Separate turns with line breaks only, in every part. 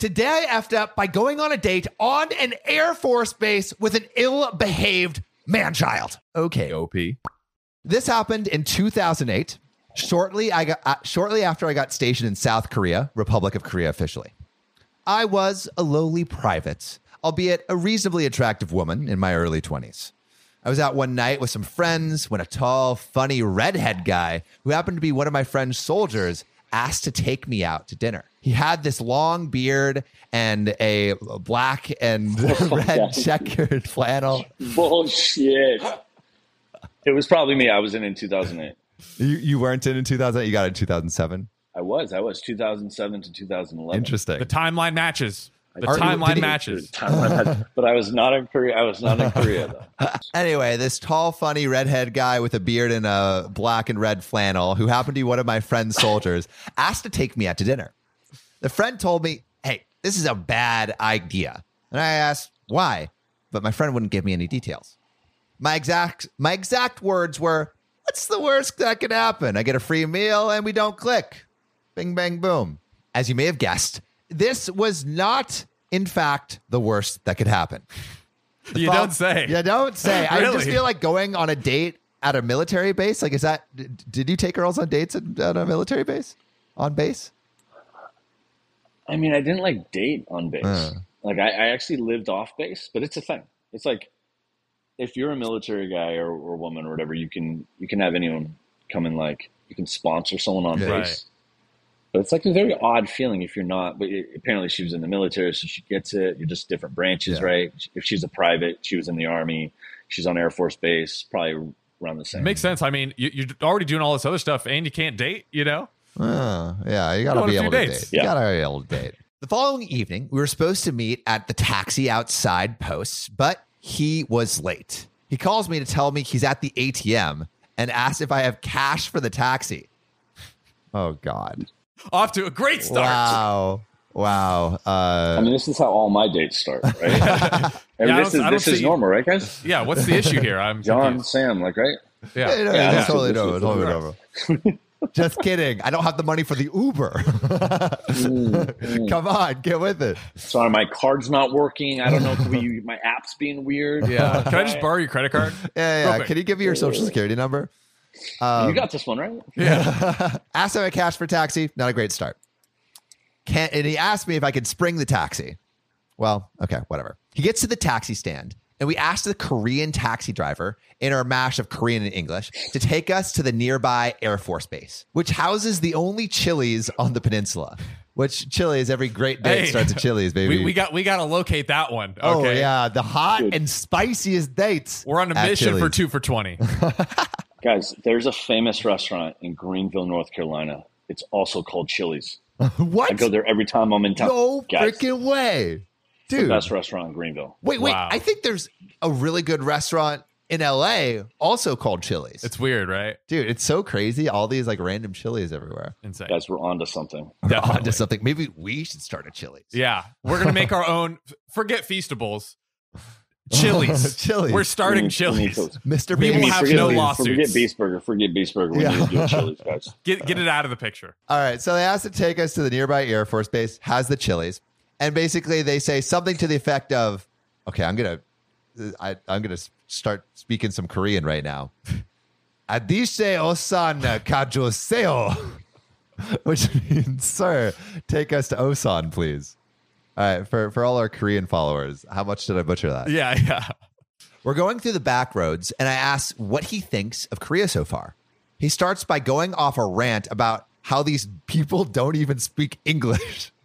Today, I effed up by going on a date on an Air Force base with an ill behaved man child. Okay.
OP.
This happened in 2008. Shortly, I got, uh, shortly after I got stationed in South Korea, Republic of Korea officially. I was a lowly private, albeit a reasonably attractive woman in my early 20s. I was out one night with some friends when a tall, funny redhead guy who happened to be one of my friend's soldiers asked to take me out to dinner. He had this long beard and a black and red checkered flannel.
Bullshit. It was probably me. I was in in 2008.
You, you weren't in in 2008, you got in 2007.
I was. I was 2007 to 2011.
Interesting.
The timeline matches. The
Are- did
timeline
he-
matches.
but I was not in Korea. I was not in Korea though.
Anyway, this tall, funny redhead guy with a beard and a black and red flannel, who happened to be one of my friend's soldiers, asked to take me out to dinner. The friend told me, Hey, this is a bad idea. And I asked, Why? But my friend wouldn't give me any details. My exact, my exact words were, What's the worst that could happen? I get a free meal and we don't click. Bing, bang, boom. As you may have guessed, this was not, in fact, the worst that could happen.
You
Well,
don't say.
You don't say. I just
Really?
feel like going on a date at a military base. Like, is that? d- Did you take girls on dates at, at a military base? On base?
I mean, I didn't like date on base.
Uh.
Like I, I actually lived off base, but it's a thing. It's like if you're a military guy or, or woman or whatever, you can you can have anyone come and like you can sponsor someone on
Yeah.
base.
Right.
But it's like a very odd feeling if you're not. But it, apparently, she was in the military, so she gets it. You're just different branches,
Yeah.
right? If she's a private, she was in the army. She's on Air Force Base, probably around the same.
Makes sense. I mean, you, you're already doing all this other stuff, and you can't date. You know,
Uh, yeah, you gotta
Go on a
be
few
able
dates.
to date. You
Yeah.
gotta be able to date. The following evening, we were supposed to meet at the taxi outside posts, but he was late. He calls me to tell me he's at the ATM and asks if I have cash for the taxi. Oh God!
off to a great start.
Wow! Wow! Uh,
I mean, this is how all my dates start, right? I mean,
Yeah, I
this
don't-
is
I don't
this is
see-
normal, right, guys?
Yeah, what's the issue here? I'm
John,
confused.
Sam, like, right?
Yeah,
Yeah,
no,
Yeah,
it's
that's-
totally
this
over.
is
Totally
correct.
over. Just kidding. I don't have the money for the Uber. Come on, get with it.
Sorry, my card's not working. I don't know. Could we, my app's being weird.
yeah. Can I just borrow your credit card?
Yeah, yeah.
Perfect.
Can you give me your social security number?
you got this one, right?
Asked him a cash for taxi. Not a great start. Can't, and he asked me if I could spring the taxi. Well, okay, whatever. He gets to the taxi stand, and we asked the Korean taxi driver in our mash of Korean and English to take us to the nearby Air Force Base, which houses the only Chili's on the peninsula. Which Chili's? Every great date
Hey.
starts at Chili's, baby.
We, we got we got to locate that one. Okay.
Oh yeah, the hot and spiciest dates.
We're on a
at
mission for
Chili's.
two for twenty.
Guys, there's a famous restaurant in Greenville, North Carolina. It's also called Chili's. I
What?
go there every time I'm in town.
No
Guys,
freaking way,
the
dude.
best restaurant in Greenville.
Wait, wait.
Wow.
I think there's a really good restaurant in LA also called Chili's.
It's weird, right?
Dude, it's so crazy. All these like random Chili's everywhere.
Insane.
Guys, we're onto something.
We're
Definitely.
onto something. Maybe we should start a Chili's.
Yeah, we're gonna make our own. Forget feastables, chilies.
Chili's.
We're
We
starting
need- we need
chilies.
Chili's.
Mr.
We
Bean.
will
wants
have
forget,
no
Chili's.
loss. lawsuits.
Forget Beast Burger. Forget Beast Burger. We
Yeah.
need to do Chili's, guys.
Get get it out of the picture.
All right. So they asked to take us to the nearby Air Force Base, has the Chili's. And basically they say something to the effect of, okay, I'm going to, I, I'm going to start speaking some Korean right now. Adishe Osan Kajoseo, which means, sir, take us to Osan, please. All right. For, for all our Korean followers, how much did I butcher that?
Yeah, yeah.
We're going through the back roads, and I ask what he thinks of Korea so far. He starts by going off a rant about how these people don't even speak English.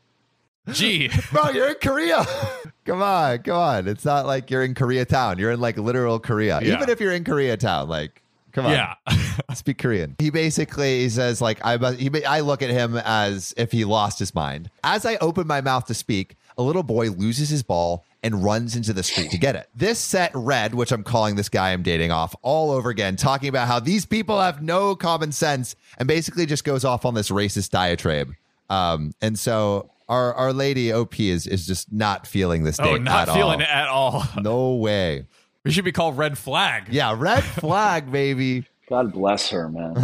Gee,
Bro, you're in Korea. come on, come on. It's not like you're in Koreatown. You're in like literal Korea.
Yeah.
Even if you're in Koreatown, like, come on
yeah.
speak Korean. He basically says like I must, he, I look at him as if he lost his mind. As I open my mouth to speak, a little boy loses his ball and runs into the street to get it. This set Red, which I'm calling this guy I'm dating off all over again, talking about how these people have no common sense and basically just goes off on this racist diatribe. Um, and so our our lady OP is is just not feeling this date
Oh, not
at
feeling
all.
it at all.
No way.
We should be called Red Flag.
Yeah, red flag, baby.
God bless her, man.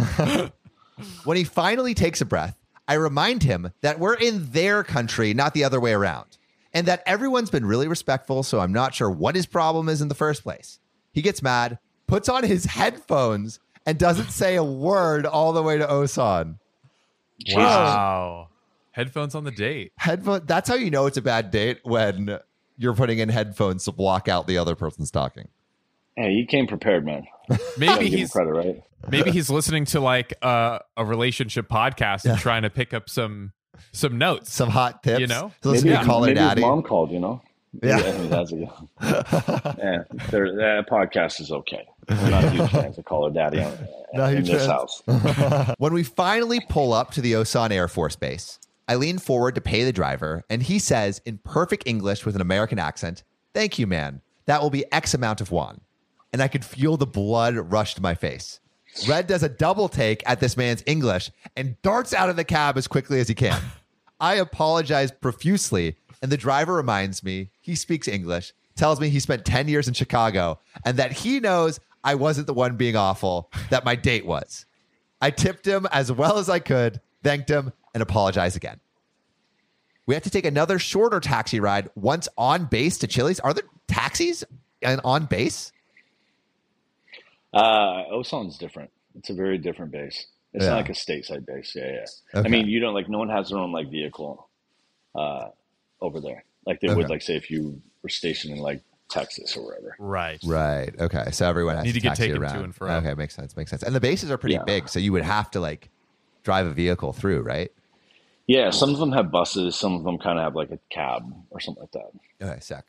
When he finally takes a breath, I remind him that we're in their country, not the other way around, and that everyone's been really respectful. So I'm not sure what his problem is in the first place. He gets mad, puts on his headphones, and doesn't say a word all the way to Osan.
Jesus.
Wow. Headphones on the date.
Headphone. That's how you know it's a bad date when you're putting in headphones to block out the other person's talking.
Hey, you came prepared, man. Gotta
Maybe
give him
he's
credit, right?
maybe he's listening to like uh, a relationship podcast and trying to pick up some some notes.
Some hot tips.
You know?
so let's
maybe
go call her
maybe his
daddy.
mom called, you know?
Yeah.
I think that's it. yeah, there- that podcast is okay. We're not huge fans of Call Her Daddy on,
Not
in
huge
this
fans.
house. Uh,
When we finally pull up to the Osan Air Force Base, I lean forward to pay the driver, and he says in perfect English with an American accent, Thank you, man. That will be X amount of won. And I could feel the blood rush to my face. Red does a double take at this man's English and darts out of the cab as quickly as he can. I apologize profusely, and the driver reminds me he speaks English, tells me he spent 10 years in Chicago, and that he knows I wasn't the one being awful, that my date was. I tipped him as well as I could, thanked him, and apologized again. We have to take another shorter taxi ride once on base to Chili's. Are there taxis and on base?
Uh, Osan's different. It's a very different base. It's
Yeah.
not like a stateside base. Yeah, yeah.
Okay.
I mean, you don't like no one has their own like vehicle uh, over there. Like they would
Okay.
like say if you were stationed in like Texas or wherever.
Right.
Right. Okay. So everyone has
Need to get
taxi
taken to
around.
and fro.
Okay, makes sense. Makes sense. And the bases are pretty
Yeah.
big, so you would have to like drive a vehicle through, right?
Yeah, some of them have buses. Some of them kind of have like a cab or something like that.
Okay, sec.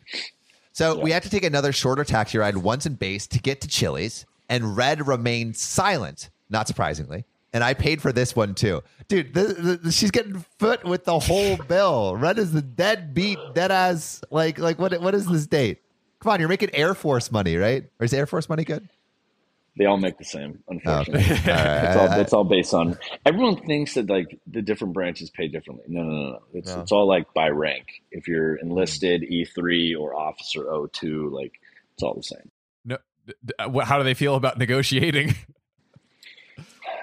So we had to take another shorter taxi ride once in base to get to Chili's, and Red remained silent, not surprisingly. And I paid for this one too, dude. This, this, she's getting foot with the whole bill. Red is the deadbeat, dead ass. Like, like what? What is this date? Come on, you're making Air Force money, right? Or is Air Force money good?
They all make the same, unfortunately.
All
That's all.
right.
That's all based on. Everyone thinks that like the different branches pay differently. No, no, no, no. It's it's all like by rank. If you're enlisted E three or officer O two, like it's all the same.
No, d- d- uh, wh- how do they feel about negotiating?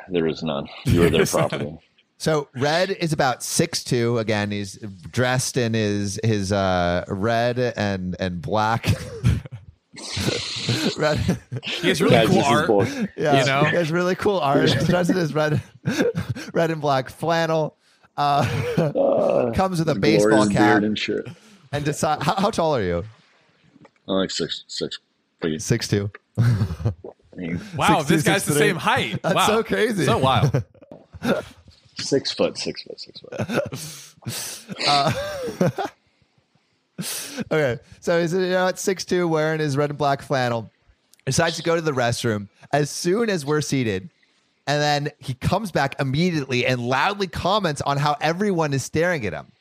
There is none. You are their property.
So Red is about six two. Again, he's dressed in his his uh, red and and black. red.
He has really
Guys,
cool
this is
art.
bull-
Yeah,
You know?
he has really cool art. Dressed in his red, red and black flannel. Uh,
Uh,
comes with a
glorious
baseball cap
beard
and,
and shit.
decide. How, how tall are you?
I'm like six six. Please.
Six two.
I mean,
Wow,
Six two,
this guy's
six
the
three.
same height.
That's
wow.
so crazy.
So wild.
six foot, six foot, six foot.
Okay, so he's you know at six two, wearing his red and black flannel. Decides to go to the restroom as soon as we're seated, and then he comes back immediately and loudly comments on how everyone is staring at him.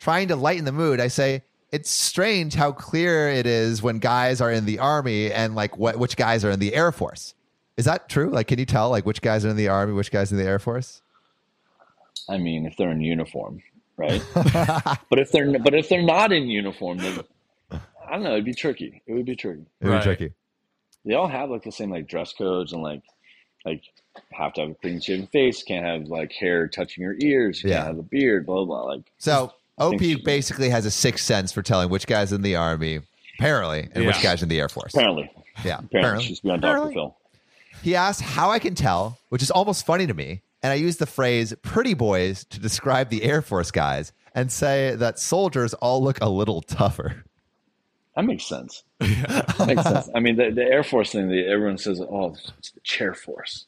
Trying to lighten the mood, I say it's strange how clear it is when guys are in the army and like what which guys are in the air force. Is that true? Like, can you tell like which guys are in the army, which guys in the air force?
I mean, if they're in uniform, right? but if they're but if they're not in uniform, then I don't know. It'd be tricky. It would be tricky.
It would
Right.
be tricky.
they all have like the same like dress codes and like like have to have a clean shaven face, can't have like hair touching your ears, you
Yeah.
can't have a beard, blah blah. Like
So OP
Thanks.
basically has a sixth sense for telling which guy's in the army, apparently, and which
Yeah.
guy's in the Air Force.
apparently,
Yeah,
apparently, she's beyond Doctor
Apparently.
Phil.
He asked how I can tell, which is almost funny to me. And I use the phrase pretty boys to describe the Air Force guys and say that soldiers all look a little tougher.
That makes sense. That makes sense. I mean, the, the Air Force thing. The, everyone says, "Oh, it's the Chair Force."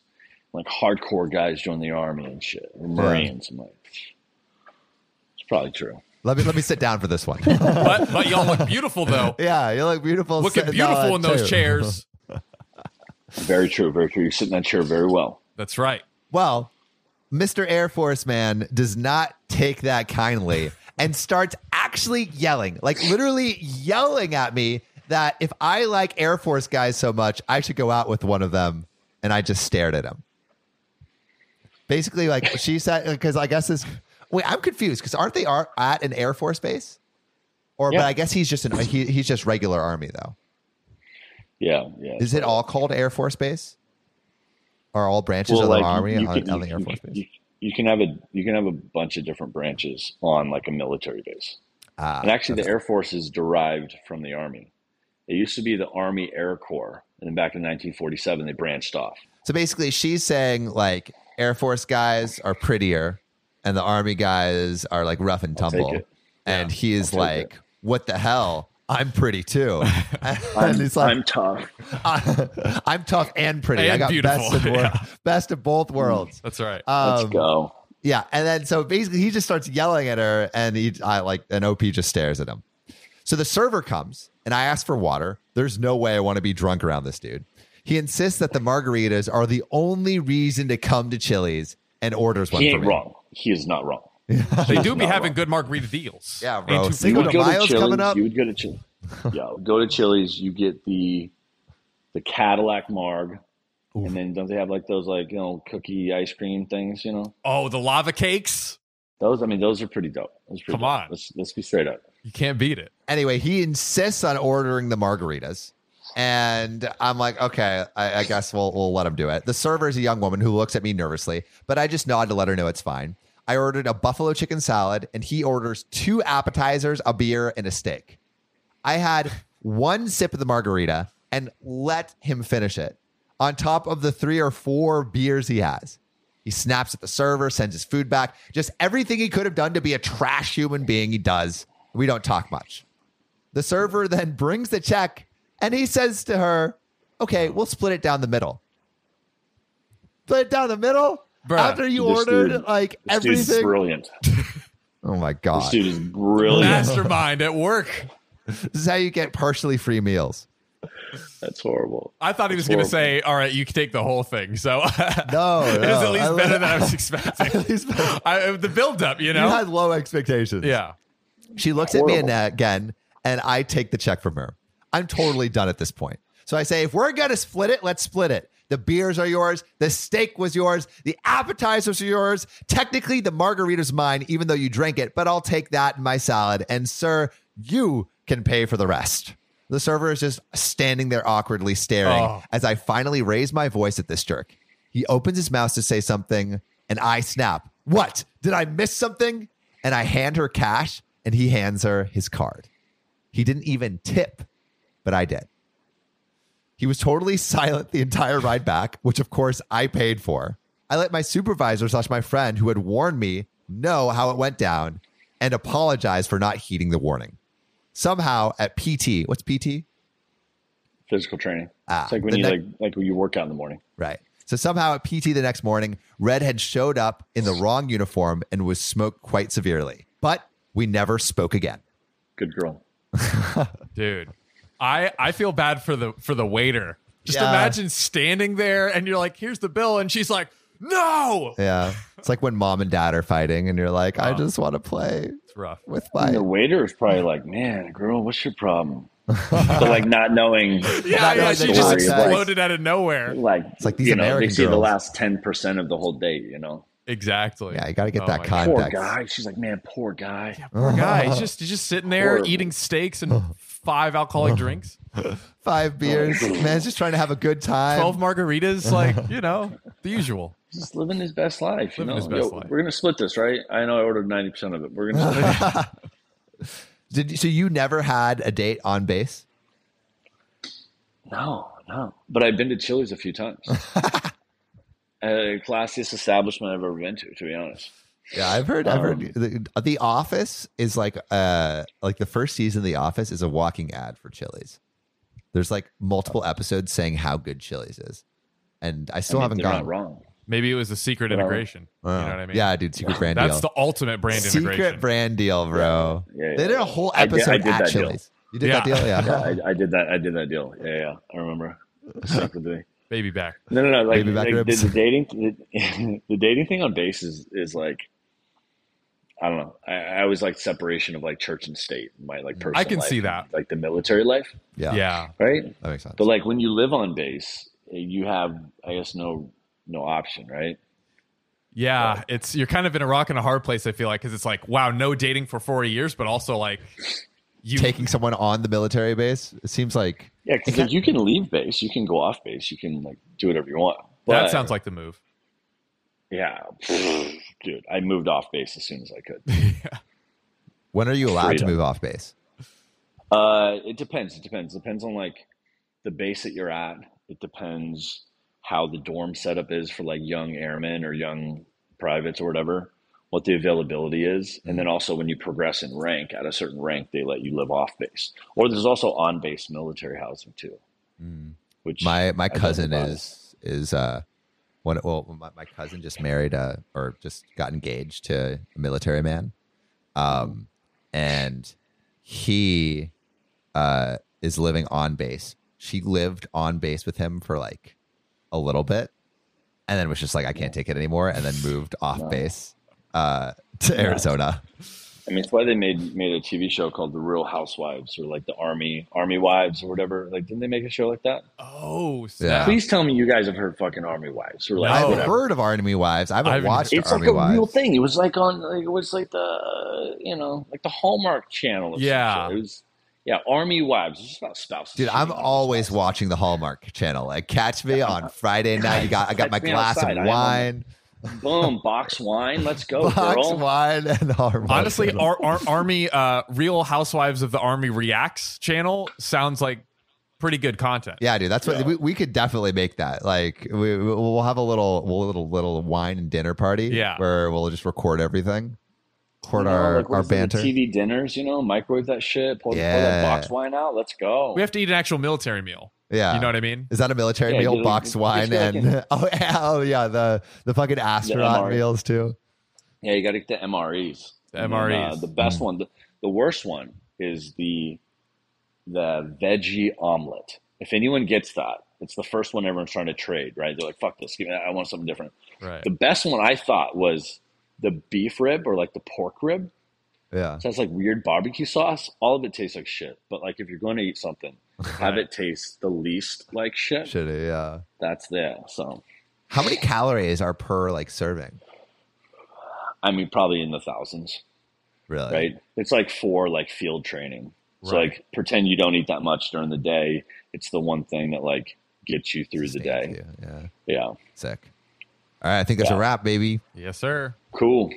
Like hardcore guys join the army and shit, or Marines. I'm like, it's probably true.
Let me let me sit down for this one.
But but y'all look beautiful though.
yeah, you look beautiful.
Looking
sitting on
beautiful in
that
those
too.
chairs.
Very true. Very true. You're sitting in that chair very well.
That's right.
Well, Mr. Air Force Man does not take that kindly and starts actually yelling, like literally yelling at me that if I like Air Force guys so much, I should go out with one of them. And I just stared at him. Basically, like she said, because I guess this. Wait, I'm confused because aren't they are at an Air Force base? Or,
Yeah.
but I guess he's just an he, he's just regular army though.
Yeah, yeah.
Is it all called Air Force Base? Are all branches of the army on, on the Air Force Base?
You, you can have a you can have a bunch of different branches on like a military base.
Ah,
And actually, the
that's-
Air Force is derived from the Army. It used to be the Army Air Corps, and then back in 1947, they branched off.
so basically, she's saying like Air Force guys are prettier, and the Army guys are like rough and
I'll take
tumble,
it.
and he is
I'll take
like, "What the hell? I'm pretty too."
I'm,
and he's like,
I'm tough.
I, am tough and pretty. I
And
got
beautiful.
best of wor-
Yeah.
best of both worlds.
That's right.
Um,
Let's go.
Yeah, and then so basically he just starts yelling at her, and he I like and OP just stares at him. So the server comes, and I ask for water. There's no way I want to be drunk around this dude. He insists that the margaritas are the only reason to come to Chili's and orders one
He
for
ain't
me.
wrong. He is not wrong.
they do be
not
having
wrong.
good margarita deals.
Yeah,
And
bro.
two
Cinco
people-
de Mayo's coming up.
You would go to Chili's. yeah, go to Chili's. You get the the Cadillac Marg, and then don't they have like those like you know cookie ice cream things? You know
oh, the lava cakes.
those. I mean, those are pretty dope. Those are pretty
Come
dope.
on.
let's let's be straight up.
You can't beat it.
Anyway, he insists on ordering the margaritas. And I'm like, okay, I, I guess we'll we'll let him do it. The server is a young woman who looks at me nervously, but I just nod to let her know it's fine. I ordered a buffalo chicken salad, and he orders two appetizers, a beer, and a steak. I had one sip of the margarita and let him finish it on top of the three or four beers he has. He snaps at the server, sends his food back, just everything he could have done to be a trash human being he does. We don't talk much. The server then brings the check and he says to her, Okay, we'll split it down the middle. Split it down the middle?
Bruh.
After you
This
ordered
dude-
like
This dude's
everything.
brilliant.
Oh my
This
God.
dude is
Oh,
brilliant.
Mastermind at work.
This is how you get partially free meals.
That's horrible.
I thought he
It's
was going to
horrible.
say, "All right, you can take the whole thing." So
No,
it was
no,
at
I
least
li-
better than I was expecting.
At least better.
I, the build up, you know.
You had low expectations.
yeah.
She looks at me
Horrible.
and, again, and I take the check from her. I'm totally done at this point. So I say, if we're going to split it, let's split it. The beers are yours. The steak was yours. The appetizers are yours. Technically, the margarita's mine, even though you drank it, but I'll take that in my salad. And, sir, you can pay for the rest. The server is just standing there awkwardly staring
Oh.
as I finally raise my voice at this jerk. He opens his mouth to say something, and I snap. What? Did I miss something? And I hand her cash, and he hands her his card. He didn't even tip, but I did. He was totally silent the entire ride back, which of course I paid for. I let my supervisor slash my friend who had warned me know how it went down and apologize for not heeding the warning. Somehow at PT, what's PT?
Physical training.
Ah,
it's like when
the
you
ne-
like like when you work out in the morning.
Right. So somehow at PT the next morning, Red had showed up in the wrong uniform and was smoked quite severely. But we never spoke again.
Good girl.
dude i i feel bad for the for the waiter just
Yeah.
imagine standing there and you're like here's the bill and she's like no
Yeah. It's like when mom and dad are fighting and you're like, I just want to play
it's rough
with
And the
my
waiter is probably like, "Man, girl, what's your problem?" but like not knowing.
yeah, yeah
knowing
she
the
just
worry, like-
exploded out of nowhere
like
It's like these
you know,
American
they see the
girls.
last ten percent of the whole date. You know,
exactly
Yeah, you gotta get
Oh
that
my
con-
God.
poor
Context.
guy. She's like, man, poor guy.
poor guy he's just he's just sitting there
Horrible.
eating steaks and five alcoholic drinks
five beers. Man's just trying to have a good time.
12 margaritas like you know the usual
He's just living his best life. You
Living
know,
his best
Yo,
life.
we're gonna split this, right? I know I ordered ninety percent of it. We're gonna split it.
Did, so you never had a date on base?
no, no. But I've been to Chili's a few times. Uh, classiest establishment I've ever been to, to be honest.
Yeah, I've heard. I've heard the, the Office is like uh like the first season of The Office is a walking ad for Chili's. There's like multiple episodes saying how good Chili's is, and I still
I mean,
haven't
they're
gone.
not wrong.
maybe it was a secret
Well,
integration
Wow.
you know what i mean
Yeah, dude, secret brand
that's
deal.
the ultimate brand
secret
integration
brand deal, bro.
Yeah, yeah,
they did
yeah.
a whole
I did- I
episode
did
at
that deal.
Chili's. You did
Yeah.
that deal, yeah.
I, I did that. I did that deal. Yeah, yeah. I remember. Stuck with me.
baby back
No, no, no. Like,
Baby back
like, the,
ribs.
the dating, the, the dating thing on base is, is like, I don't know. I, I always like separation of like church and state, my like personal.
can
life
see
and,
that.
like the military life,
yeah,
yeah,
right?
That makes sense.
But like when you live on base, you have, I guess, no, no option, right?
Yeah, it's you're kind of in a rock and a hard place. I feel like because it's like, wow, no dating for forty years, but also like you
Taking someone on the military base, it seems like
Yeah, because like you can leave base, you can go off base, you can like do whatever you want.
that
But
sounds like the move.
Yeah, dude, I moved off base as soon as I could.
When are you allowed
Freedom.
to move off base?
Uh, it depends. It depends. depends on like the base that you're at. It depends how the dorm setup is for like young airmen or young privates or whatever, what the availability is. And then also when you progress in rank, at a certain rank, they let you live off base. Or there's also on base military housing too,
Hmm.
which
My my
don't
cousin
know about
is is uh one well my, my cousin just married uh or just got engaged to a military man. Um and he uh is living on base. She lived on base with him for like a little bit and then was just like I can't take it anymore and then moved off base uh to Arizona.
I mean, it's why they made made a TV show called The Real Housewives or like the Army Army Wives or whatever. Like, didn't they make a show like that?
Oh,
Yeah.
snap.
Please tell me you guys have heard fucking Army Wives or like
No.
I've
whatever.
heard of Army Wives. I haven't
I've-
watched
Oh, It's
Army
like a
Wives.
real thing. It was like on, like, it was like the, uh, you know, like the Hallmark Channel. Or some
Yeah.
shit. it was. Yeah, Army Wives. It's just about spouses.
Dude, I'm always watching the Hallmark Channel. Like, catch me on Friday night. You got, I got my
Catch me
glass
outside. I
of
am on-
wine,
boom, box wine. Let's go,
box
girl.
wine, and Hallmark.
Honestly,
Channel.
our, our Army uh, Real Housewives of the Army Reacts channel sounds like pretty good content.
yeah, dude, that's what we, we could definitely make that. Like, we we'll have a little, we'll little little wine and dinner party.
Yeah.
where we'll just record everything,
You
record
know,
our
like, what
our
is it, the
banter.
TV dinners. You know, microwave that shit. Pull, pull
Yeah.
that box wine out. Let's go.
We have to eat an actual military meal.
Yeah,
You know what I mean?
Is that a military
Yeah,
meal?
you-
Box
you-
wine
you-
and oh yeah, oh yeah, the the fucking astronaut
MRE.
meals too.
Yeah, you got to get the MREs.
The
And then, uh,
MREs.
the best
Mm.
one, the, the worst one is the the veggie omelet. If anyone gets that, it's the first one everyone's trying to trade, right? They're like, "Fuck this! Give me that. I want something different."
Right.
The best one I thought was the beef rib or like the pork rib.
Yeah,
So that's like weird barbecue sauce. All of it tastes like shit. But like if you're going to eat something, have it taste the least like shit.
shitty. Yeah.
That's there. So
How many calories are per like serving?
I mean, probably in the thousands.
Really?
right? It's like for like field training. So
Right.
like pretend you don't eat that much during the day. It's the one thing that like gets you through the
Sustains
day.
you, Yeah.
Yeah.
Sick. All right, I think that's a
Yeah.
wrap, baby.
Yes, sir.
Cool.